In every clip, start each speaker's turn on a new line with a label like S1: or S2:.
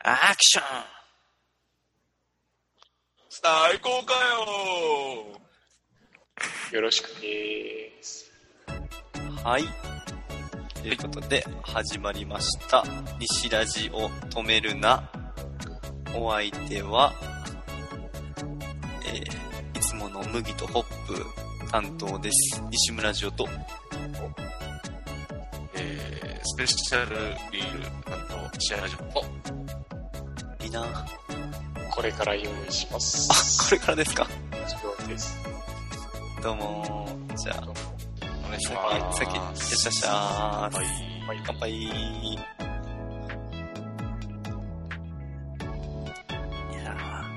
S1: アクション
S2: 最高かよ
S3: よろしくです。
S1: はい。ということで、始まりました。西ラジを止めるな。お相手は、えー、いつもの麦とホップ担当です。西村ジオと、
S2: えー、スペシャルリール担当、シェアラジオと、
S1: いいなあ
S3: これから用意します。
S1: これからですか
S3: 以上です。
S1: どうもじゃあ、
S2: お願いします。
S1: 先、先、よっしゃよっしゃー。
S2: はい。
S3: はい、
S1: 乾杯いや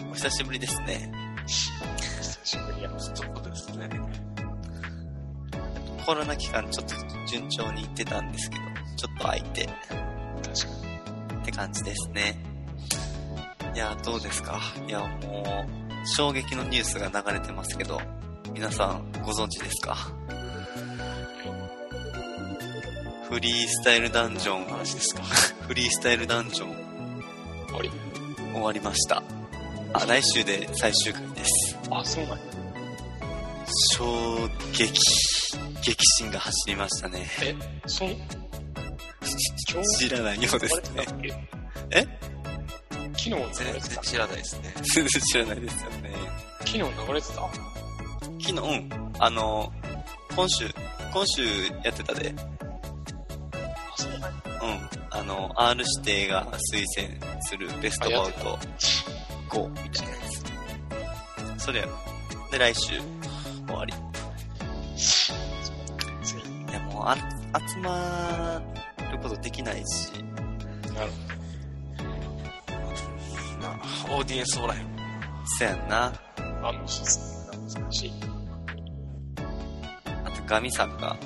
S1: ーお久しぶりですね
S3: 久しぶりや。
S2: ちょっとですね。
S1: コロナ期間ちょっと順調にいってたんですけどちょっと空いて
S3: 確か
S1: って感じですねいやーどうですかいやもう衝撃のニュースが流れてますけど皆さんご存知ですかフリースタイルダンジョン
S2: 話ですか。
S1: フリースタイルダンジョン
S3: に。終わり。
S1: 終わりましたあ来週で最終回です
S3: あ、そうなんや。
S1: 衝撃激震が走りましたね
S3: え、そう、今日、
S1: 知らないようですね
S3: っけ
S1: え
S3: 昨日流れ
S2: 全然
S3: てた昨
S2: 知らないですね。
S1: 全然知らないですよね
S3: 日流れてた
S1: 昨日うんあの今週今週やってたでうん
S3: あ、そうなんや。
S1: あの R 指定が推薦するベストバウト5みたいなやつそれやろで来週終わり
S3: つい
S1: いやもうあ集まることできないし
S3: なる
S2: オーディエンスおらへん。
S1: そやんな
S3: あのシステムが難しい。
S1: あとガミさんが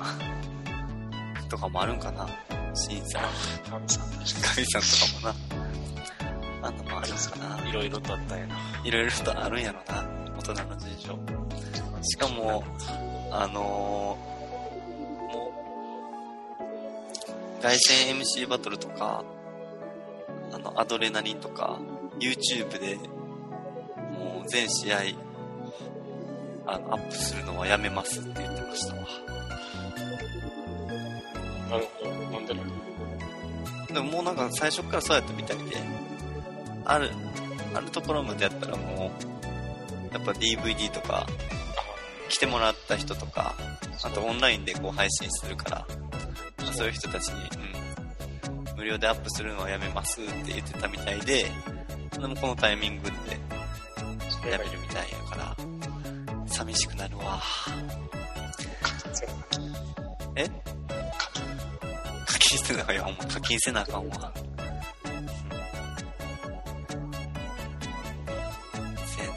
S1: とかもあるんかな審査
S3: 神さん、確か
S1: 神さんとかもな。あんなもあるんすかな。
S2: いろいろとあったんやな。
S1: いろいろとあるんやろな。大人の事情。しかも、あのーもう、外線 MC バトルとか、あの、アドレナリンとか、YouTube で、もう全試合、あの、アップするのはやめますって言ってましたわ。
S3: になるほど。なんでだろう。
S1: でももうなんか最初からそうやったみたいで、ある、あるところまでやったらもう、やっぱ DVD とか、来てもらった人とか、あとオンラインでこう配信するから、まあそういう人たちに、うん、無料でアップするのはやめますって言ってたみたいで、でもこのタイミングで
S3: そ
S1: や
S3: れが
S1: めるみたいやから、寂しくなるわ。
S3: 全部
S1: え課金してなあかんよ、ほんま課金せなあかんわ。せや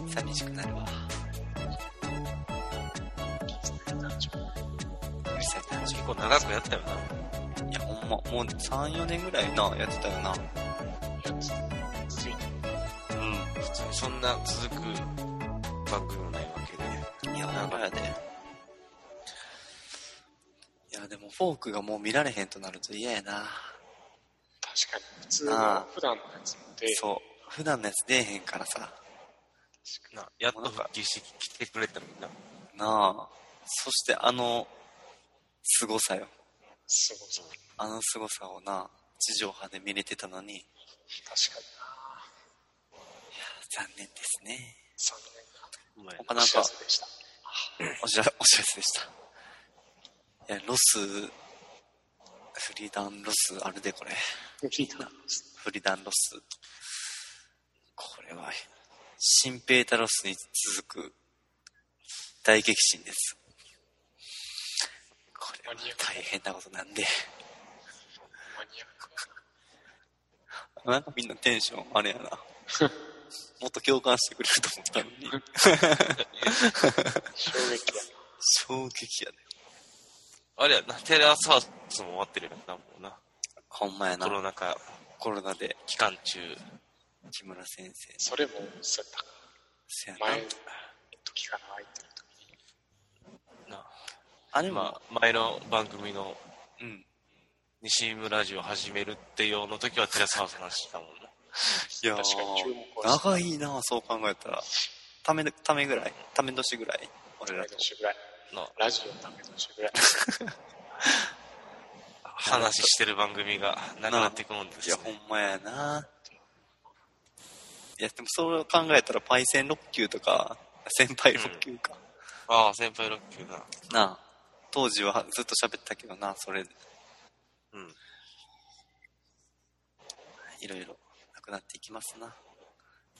S1: ねん。寂しくなるわ。うるさいな
S2: 結構長くやったよな。
S1: いや、ほんま、もう3、4年ぐらいな、やってたよな。
S3: やつ。ついて
S1: う
S2: 普通にそんな続く番組もないわけで。
S1: ん。いや、ほんまやで。いや、でもフォークがもう見られへんとなると嫌やな。
S3: 確かに、普通の
S1: ああ、
S3: 普段のやつって、
S1: そう。普段のやつ出えへんからさ。
S2: なやっと復帰してきてくれたみんな。
S1: なあ。そしてあの、凄さよ。
S3: すごそう。
S1: あの凄さをな、地上波で見れてたのに、いや
S3: 確かにな。
S1: 残念ですね。
S3: 残
S2: お前
S1: 他
S3: 念な
S1: なん
S3: お知ら
S1: か、
S3: せでした。
S1: お知ら、お知らせでした。いや、ロス、フリーダンロスあるで、これ。
S3: 聞いた。
S1: フリーダンロス。これは、新ペータロスに続く大激震です。これは大変なことなんで。
S3: マニアック
S1: なんかみんなテンションあれやな。もっと共感してくれると思ったのに。
S3: 衝撃や
S1: 衝撃やで。
S2: あれやな、テレ朝ースも終わってるやんな、もうな。
S1: ほんまやな
S2: コ。ロナ禍
S1: コロナで
S2: 期間中。
S1: 木村先生。
S3: それもそうやっ
S1: せや
S3: た前の。
S1: な
S3: 時かな空いてる時に
S2: な
S1: あれも、
S2: 今、前の番組の
S1: うん。
S2: 西村ジオ始めるってよの時はテラスハウスの話だもんね。
S1: いやー
S3: 確かに注目はして
S1: 長いなそう考えたらためためぐらいため年ぐらい俺ら
S3: た
S1: と
S3: 年ぐらい
S2: の
S3: ラジオのため年ぐら い
S2: 話してる番組がなくなっていくもんで
S1: いや
S2: す
S1: ほん
S2: ね。
S1: まやないやでもそう考えたらパイセン6級とか先輩6級か、
S2: ああ、先輩ロッキーな。
S1: なあ当時はずっと喋ったけどなそれ
S2: うん。
S1: いろいろなくなっていきますな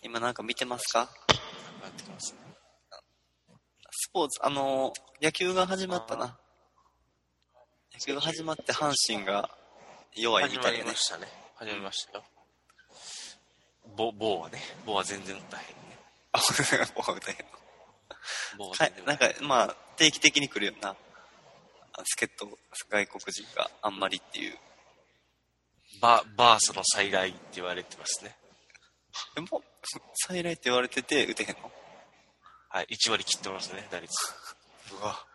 S1: 今なんか見てますか
S2: なくなってきますね。
S1: スポーツあのー野球が始まったな野球が始まって阪神が弱い
S2: 始
S1: み
S2: ま
S1: たい
S2: り
S1: なね
S2: ましたね。始まりましたよ。ぼ、棒はね。棒は全然大変ね。
S1: あもう大変
S2: 棒は
S1: は
S2: 全
S1: い
S2: 然、
S1: なん
S2: 大変。
S1: かまあ定期的に来るよなあ助っ人外国人があんまりっていう
S2: ババースの再来って言われてますね。
S1: でも再来って言われてて打てへんの
S2: はい。1割切ってますね、打率。
S1: うわ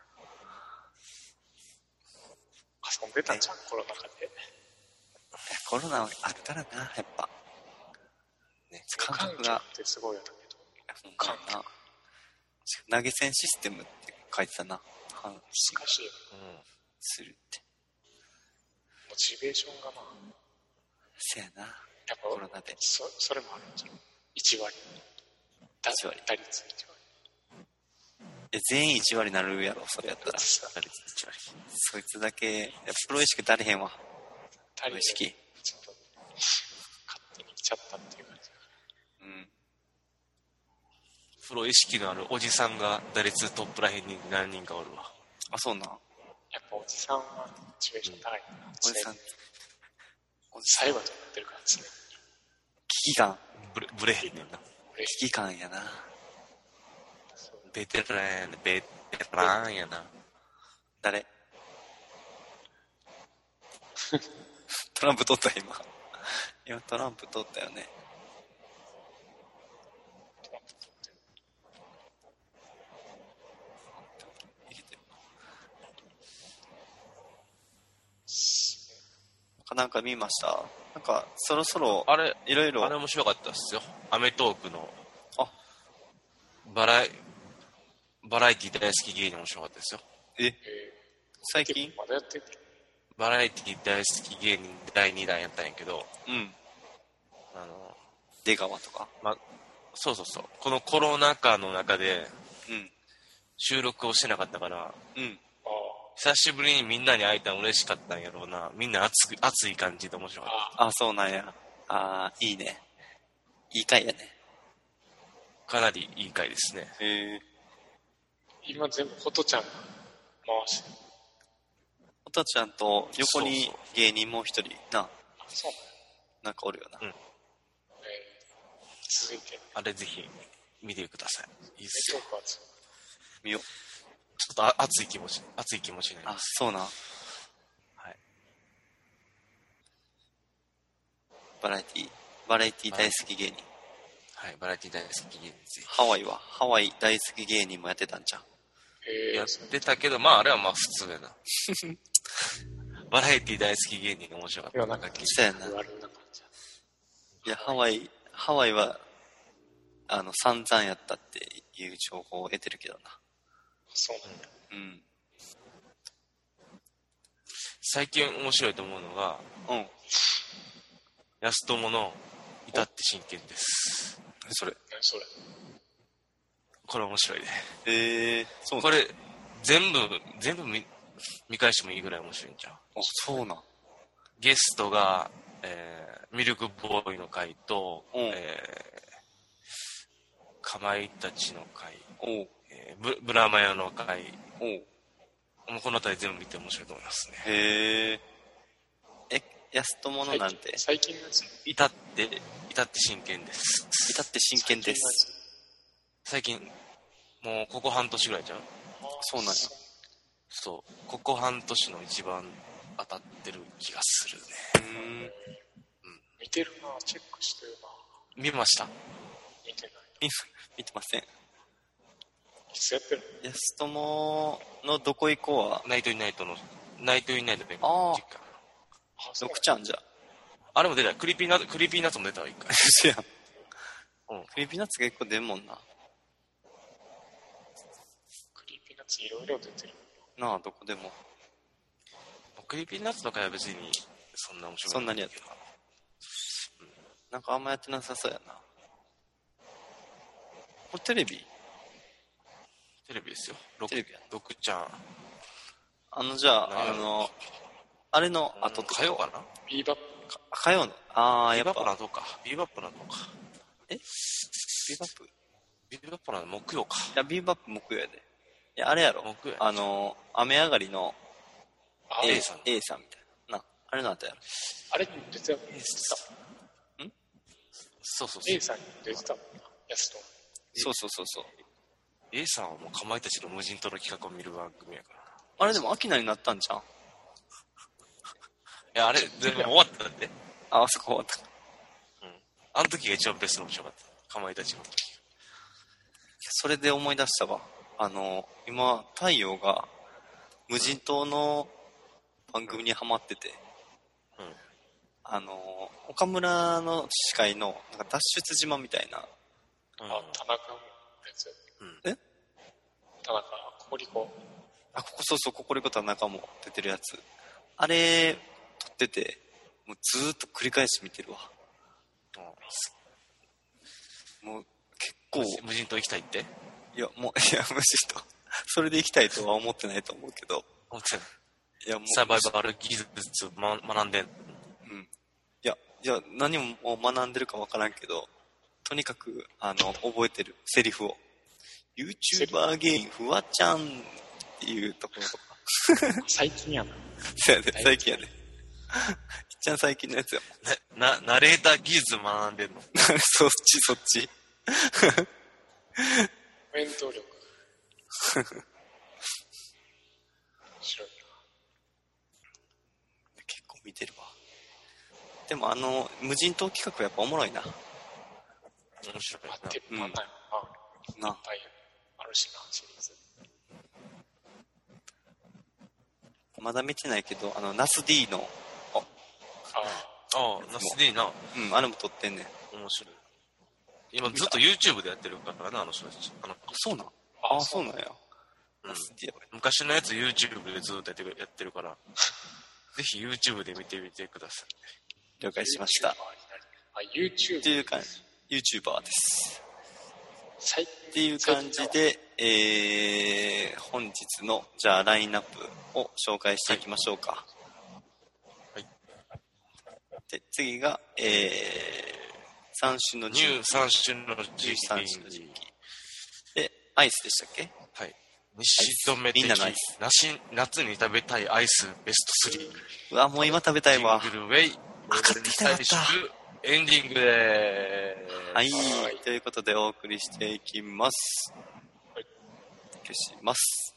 S3: 遊んでたじゃんコロナ禍で
S1: コロナはあったらなやっぱ
S2: ね。
S1: 感
S3: 環
S1: 覚
S3: 境
S1: が
S3: ってすごいよだけど
S1: ほんまやなし投げ銭システムって書いてたな反省
S3: 難しいよね
S2: うん。
S1: するって
S3: モチベーションがまあ
S1: せやな
S3: やっぱ
S1: コロナで
S3: そそれもあるんじゃん1割打
S1: 1割
S3: 打率1割
S1: え全員1割なるやろそれやったら
S3: さ
S2: 打率1割。
S1: そいつだけいやプロ意識足りへんわ
S3: 打
S1: プロ意識
S3: ちょっと勝手に来ちゃったっていう感じ
S1: うん
S2: プロ意識のあるおじさんが打率トップらへんに何人かおるわ。
S1: あそうなん
S3: やっぱおじさんはモチベーション高いな
S1: おじさん危
S3: おじ最後はとってるからですね
S1: 機感
S2: ブレブレへんねんな。
S3: 嬉しい
S1: 危機感やな
S3: そう
S2: ベテランやな、ベテランやな。
S1: 誰トランプ取った今今トランプ取ったよね
S3: トランプとってる
S1: 生きてる
S3: し
S1: 他なんか見ましたなんかそろそろ
S2: あれ、
S1: いろいろ
S2: あれ面白かったっすよ。アメトークの
S1: あ
S2: バラエ、バラエティ大好き芸人面白かったですよ。
S1: え
S3: え
S1: 最
S3: ー
S1: 近
S3: まだやってんの
S2: バラエティ大好き芸人第2弾やったんやけど、
S1: うん
S2: あの、
S1: 出川とか
S2: ま、そうそうそう。このコロナ禍の中で
S1: うん
S2: 収録をしてなかったから、
S1: うん
S3: あ
S2: 久しぶりにみんなに会えたの嬉しかったんやろうな。みんな熱く、熱い感じで面白かった。
S3: ああ
S1: あそうなんやあーいいねいい回やね
S2: かなりいい回ですね。
S1: へえ
S3: あ今全部琴ちゃんが回してる
S1: おたちゃんと横に
S2: そうそ
S1: 芸人もう一人な
S3: あそう
S1: なんかおるよな、
S2: うん
S3: なのえー続いて
S2: あれぜひ見てください。いいっす
S3: ト
S2: よ。
S3: ークは続く
S1: 見よう
S2: ちょっとあ熱い気持ち、熱い気持ちになり
S1: あ
S2: ます。
S1: そうなん
S2: はい。
S1: バラエティバラエティ大好き芸人
S2: はい、バラエティ大好き芸人ぜ
S1: ハワイはハワイ大好き芸人もやってたんじゃん
S3: え
S2: ひ。
S3: ー
S2: やってたけど、まああれはまあ普通や な。バラエティ大好き芸人が面白かっ
S3: いや
S2: た。
S3: なんか
S1: そうやな
S3: 言われるな感じだ
S1: いやハワイハワイはあの散々やったっていう情報を得てるけどな
S3: そうなんだ
S1: うん
S2: 最近面白いと思うのが、
S1: うん
S2: 安友の至って真剣です。
S1: それ
S3: 何それ
S2: これ面白いね。
S1: ええー、そう
S2: これ、全部、全部見見返してもいいぐらい面白いんちゃう
S1: あそうなん
S2: ゲストが、えーミルクボーイの回と、
S1: うん
S2: えーかまいたちの回、
S1: おう
S2: えーブブラマヨの回、
S1: おう
S2: もうこの辺り全部見て面白いと思いますね。
S1: へええ安友のなんて
S3: 最近のやつ
S2: 至って、至って真剣です。
S1: 至って真剣です
S2: 最近、もうここ半年ぐらいじゃん
S1: そうなんや
S2: そう。ここ半年の一番当たってる気がするね。
S1: うーん
S3: 見てるなチェックしてるな
S2: 見ました
S3: 見てない
S1: 見見てません
S3: いつやってるの
S1: 安友のどこ行こうは
S2: ナイトインナイトの、ナイトインナイトで、
S1: あー
S2: 実家
S3: あ、そう
S1: 6ちゃんじゃん。
S2: あれも出ない。クリーピーナッツ、クリーピーナッツも出たわ、一回。
S1: 嘘やん。
S2: うん
S1: クリーピーナッツ結構出んもんな。
S3: クリーピーナッツいろいろ出てる。
S1: なあ、どこでも。
S2: クリーピーナッツの回は別に、そんな面白く
S1: そんなにやった。なんかあんまやってなさそうやな。これテレビ
S2: テレビですよ。六
S1: テレビや
S2: 六ちゃん。
S1: あの、じゃ
S2: なん
S1: あ、
S2: や
S1: あ
S2: ろ
S1: の、あれの
S2: あと、
S1: 後とか
S2: 火曜かな
S3: ビーバップ
S1: 火曜の。ああ、
S2: ビ
S1: や
S2: ーバ
S1: っぱ
S2: ッ。プなどうか。ビーバップなどうか。
S1: ビーバップい
S2: ビーバップなど木曜か。
S1: や、ビーバップ木曜やで。いや、あれやろ。
S2: 木曜や
S1: あの、雨上がりの
S3: あ
S1: A
S2: A
S3: れ
S2: さん
S1: A さんみたいな。な、あれの後やろ。
S3: あれ出てたもん
S2: A
S3: ね。
S2: さ
S1: ん
S2: そうそうそう
S3: A。さんに出てたもんな。やつと。
S1: そうそうそうそう。
S2: A さんはもうかまいたちの無人島の企画を見る番組やから。
S1: あれでも、アキナになったんじゃん
S2: いや、あれ、全部終わったんで。
S1: あ、あそこ終わった。
S2: うん。あの時が一番ベストの面白かった。かまいたちの時。
S1: それで思い出したわあの今太陽が無人島の番組にハマってて、
S2: うんうん
S1: あの岡村の司会のなんか脱出島みたいな
S2: うん。
S3: あ、田中のやつ。
S2: うん
S1: え
S3: 田中、ココリコ。
S1: あここそうそうここリコ田中も出てるやつあれ撮っててもうずーっと繰り返し見てるわもう結構
S2: うん無人島行きたいって
S1: いやもういや無人島それで行きたいとは思ってないと思うけど
S2: 思ってない
S1: いやもう
S2: サバイバル技術をま学んでん。
S1: うんいや、いや、何を学んでるか分からんけど、とにかく、あの、覚えてる、セリフを。YouTuber 芸人、フワちゃんっていうところとか。
S3: 最近やな。
S1: そうやで、最近やで。い っちゃん最近のやつやもん。
S2: な、ナレーター技術学んでんの。
S1: そっち、そっち。
S3: コメント力。面白い
S1: 結構見てるわ。でも、あの、無人島企画やっぱおもろいな。
S2: 面白い
S3: な。
S2: な
S3: あ。って、パターンやな。
S1: な
S3: パターンやあるしな、シリーズ。
S1: まだ見てないけど、あの、ナス D の、
S3: あ
S2: ああ、ナスディな。
S1: うん、あれも撮ってんねん。
S2: 面白い。今ずっと YouTube でやってるからな、あの人たち。あの
S1: そうなん
S3: あ
S1: あ、そうなんや。
S2: うん
S1: ナス D やばい。
S2: 昔のやつ YouTube でずっとやってるやってるから、ぜひ YouTube で見てみてください。
S1: 了解しました。っ
S3: YouTuber になりあ、YouTube。
S1: ていうか、YouTuber です。
S3: 最
S1: っ
S3: って
S1: いう感じ。で、えー、本日のじゃあラインナップを紹介していきましょうか。
S2: はい
S1: で次が、えー、三種の
S2: ニュー3種の時期
S1: 三種の時期。で、アイスでしたっけ
S2: はい。西止め的
S1: みんなのアイス
S2: 梨夏に食べたいアイスベスト3。
S1: うわ、もう今食べたいわ
S2: ジ。ングルウェイ。
S1: あ買ってきてなかった
S2: エンディングで
S1: は
S2: ー
S1: い
S2: す。
S3: はい、
S1: ということでお送りしていきます。
S3: はい
S1: 消します。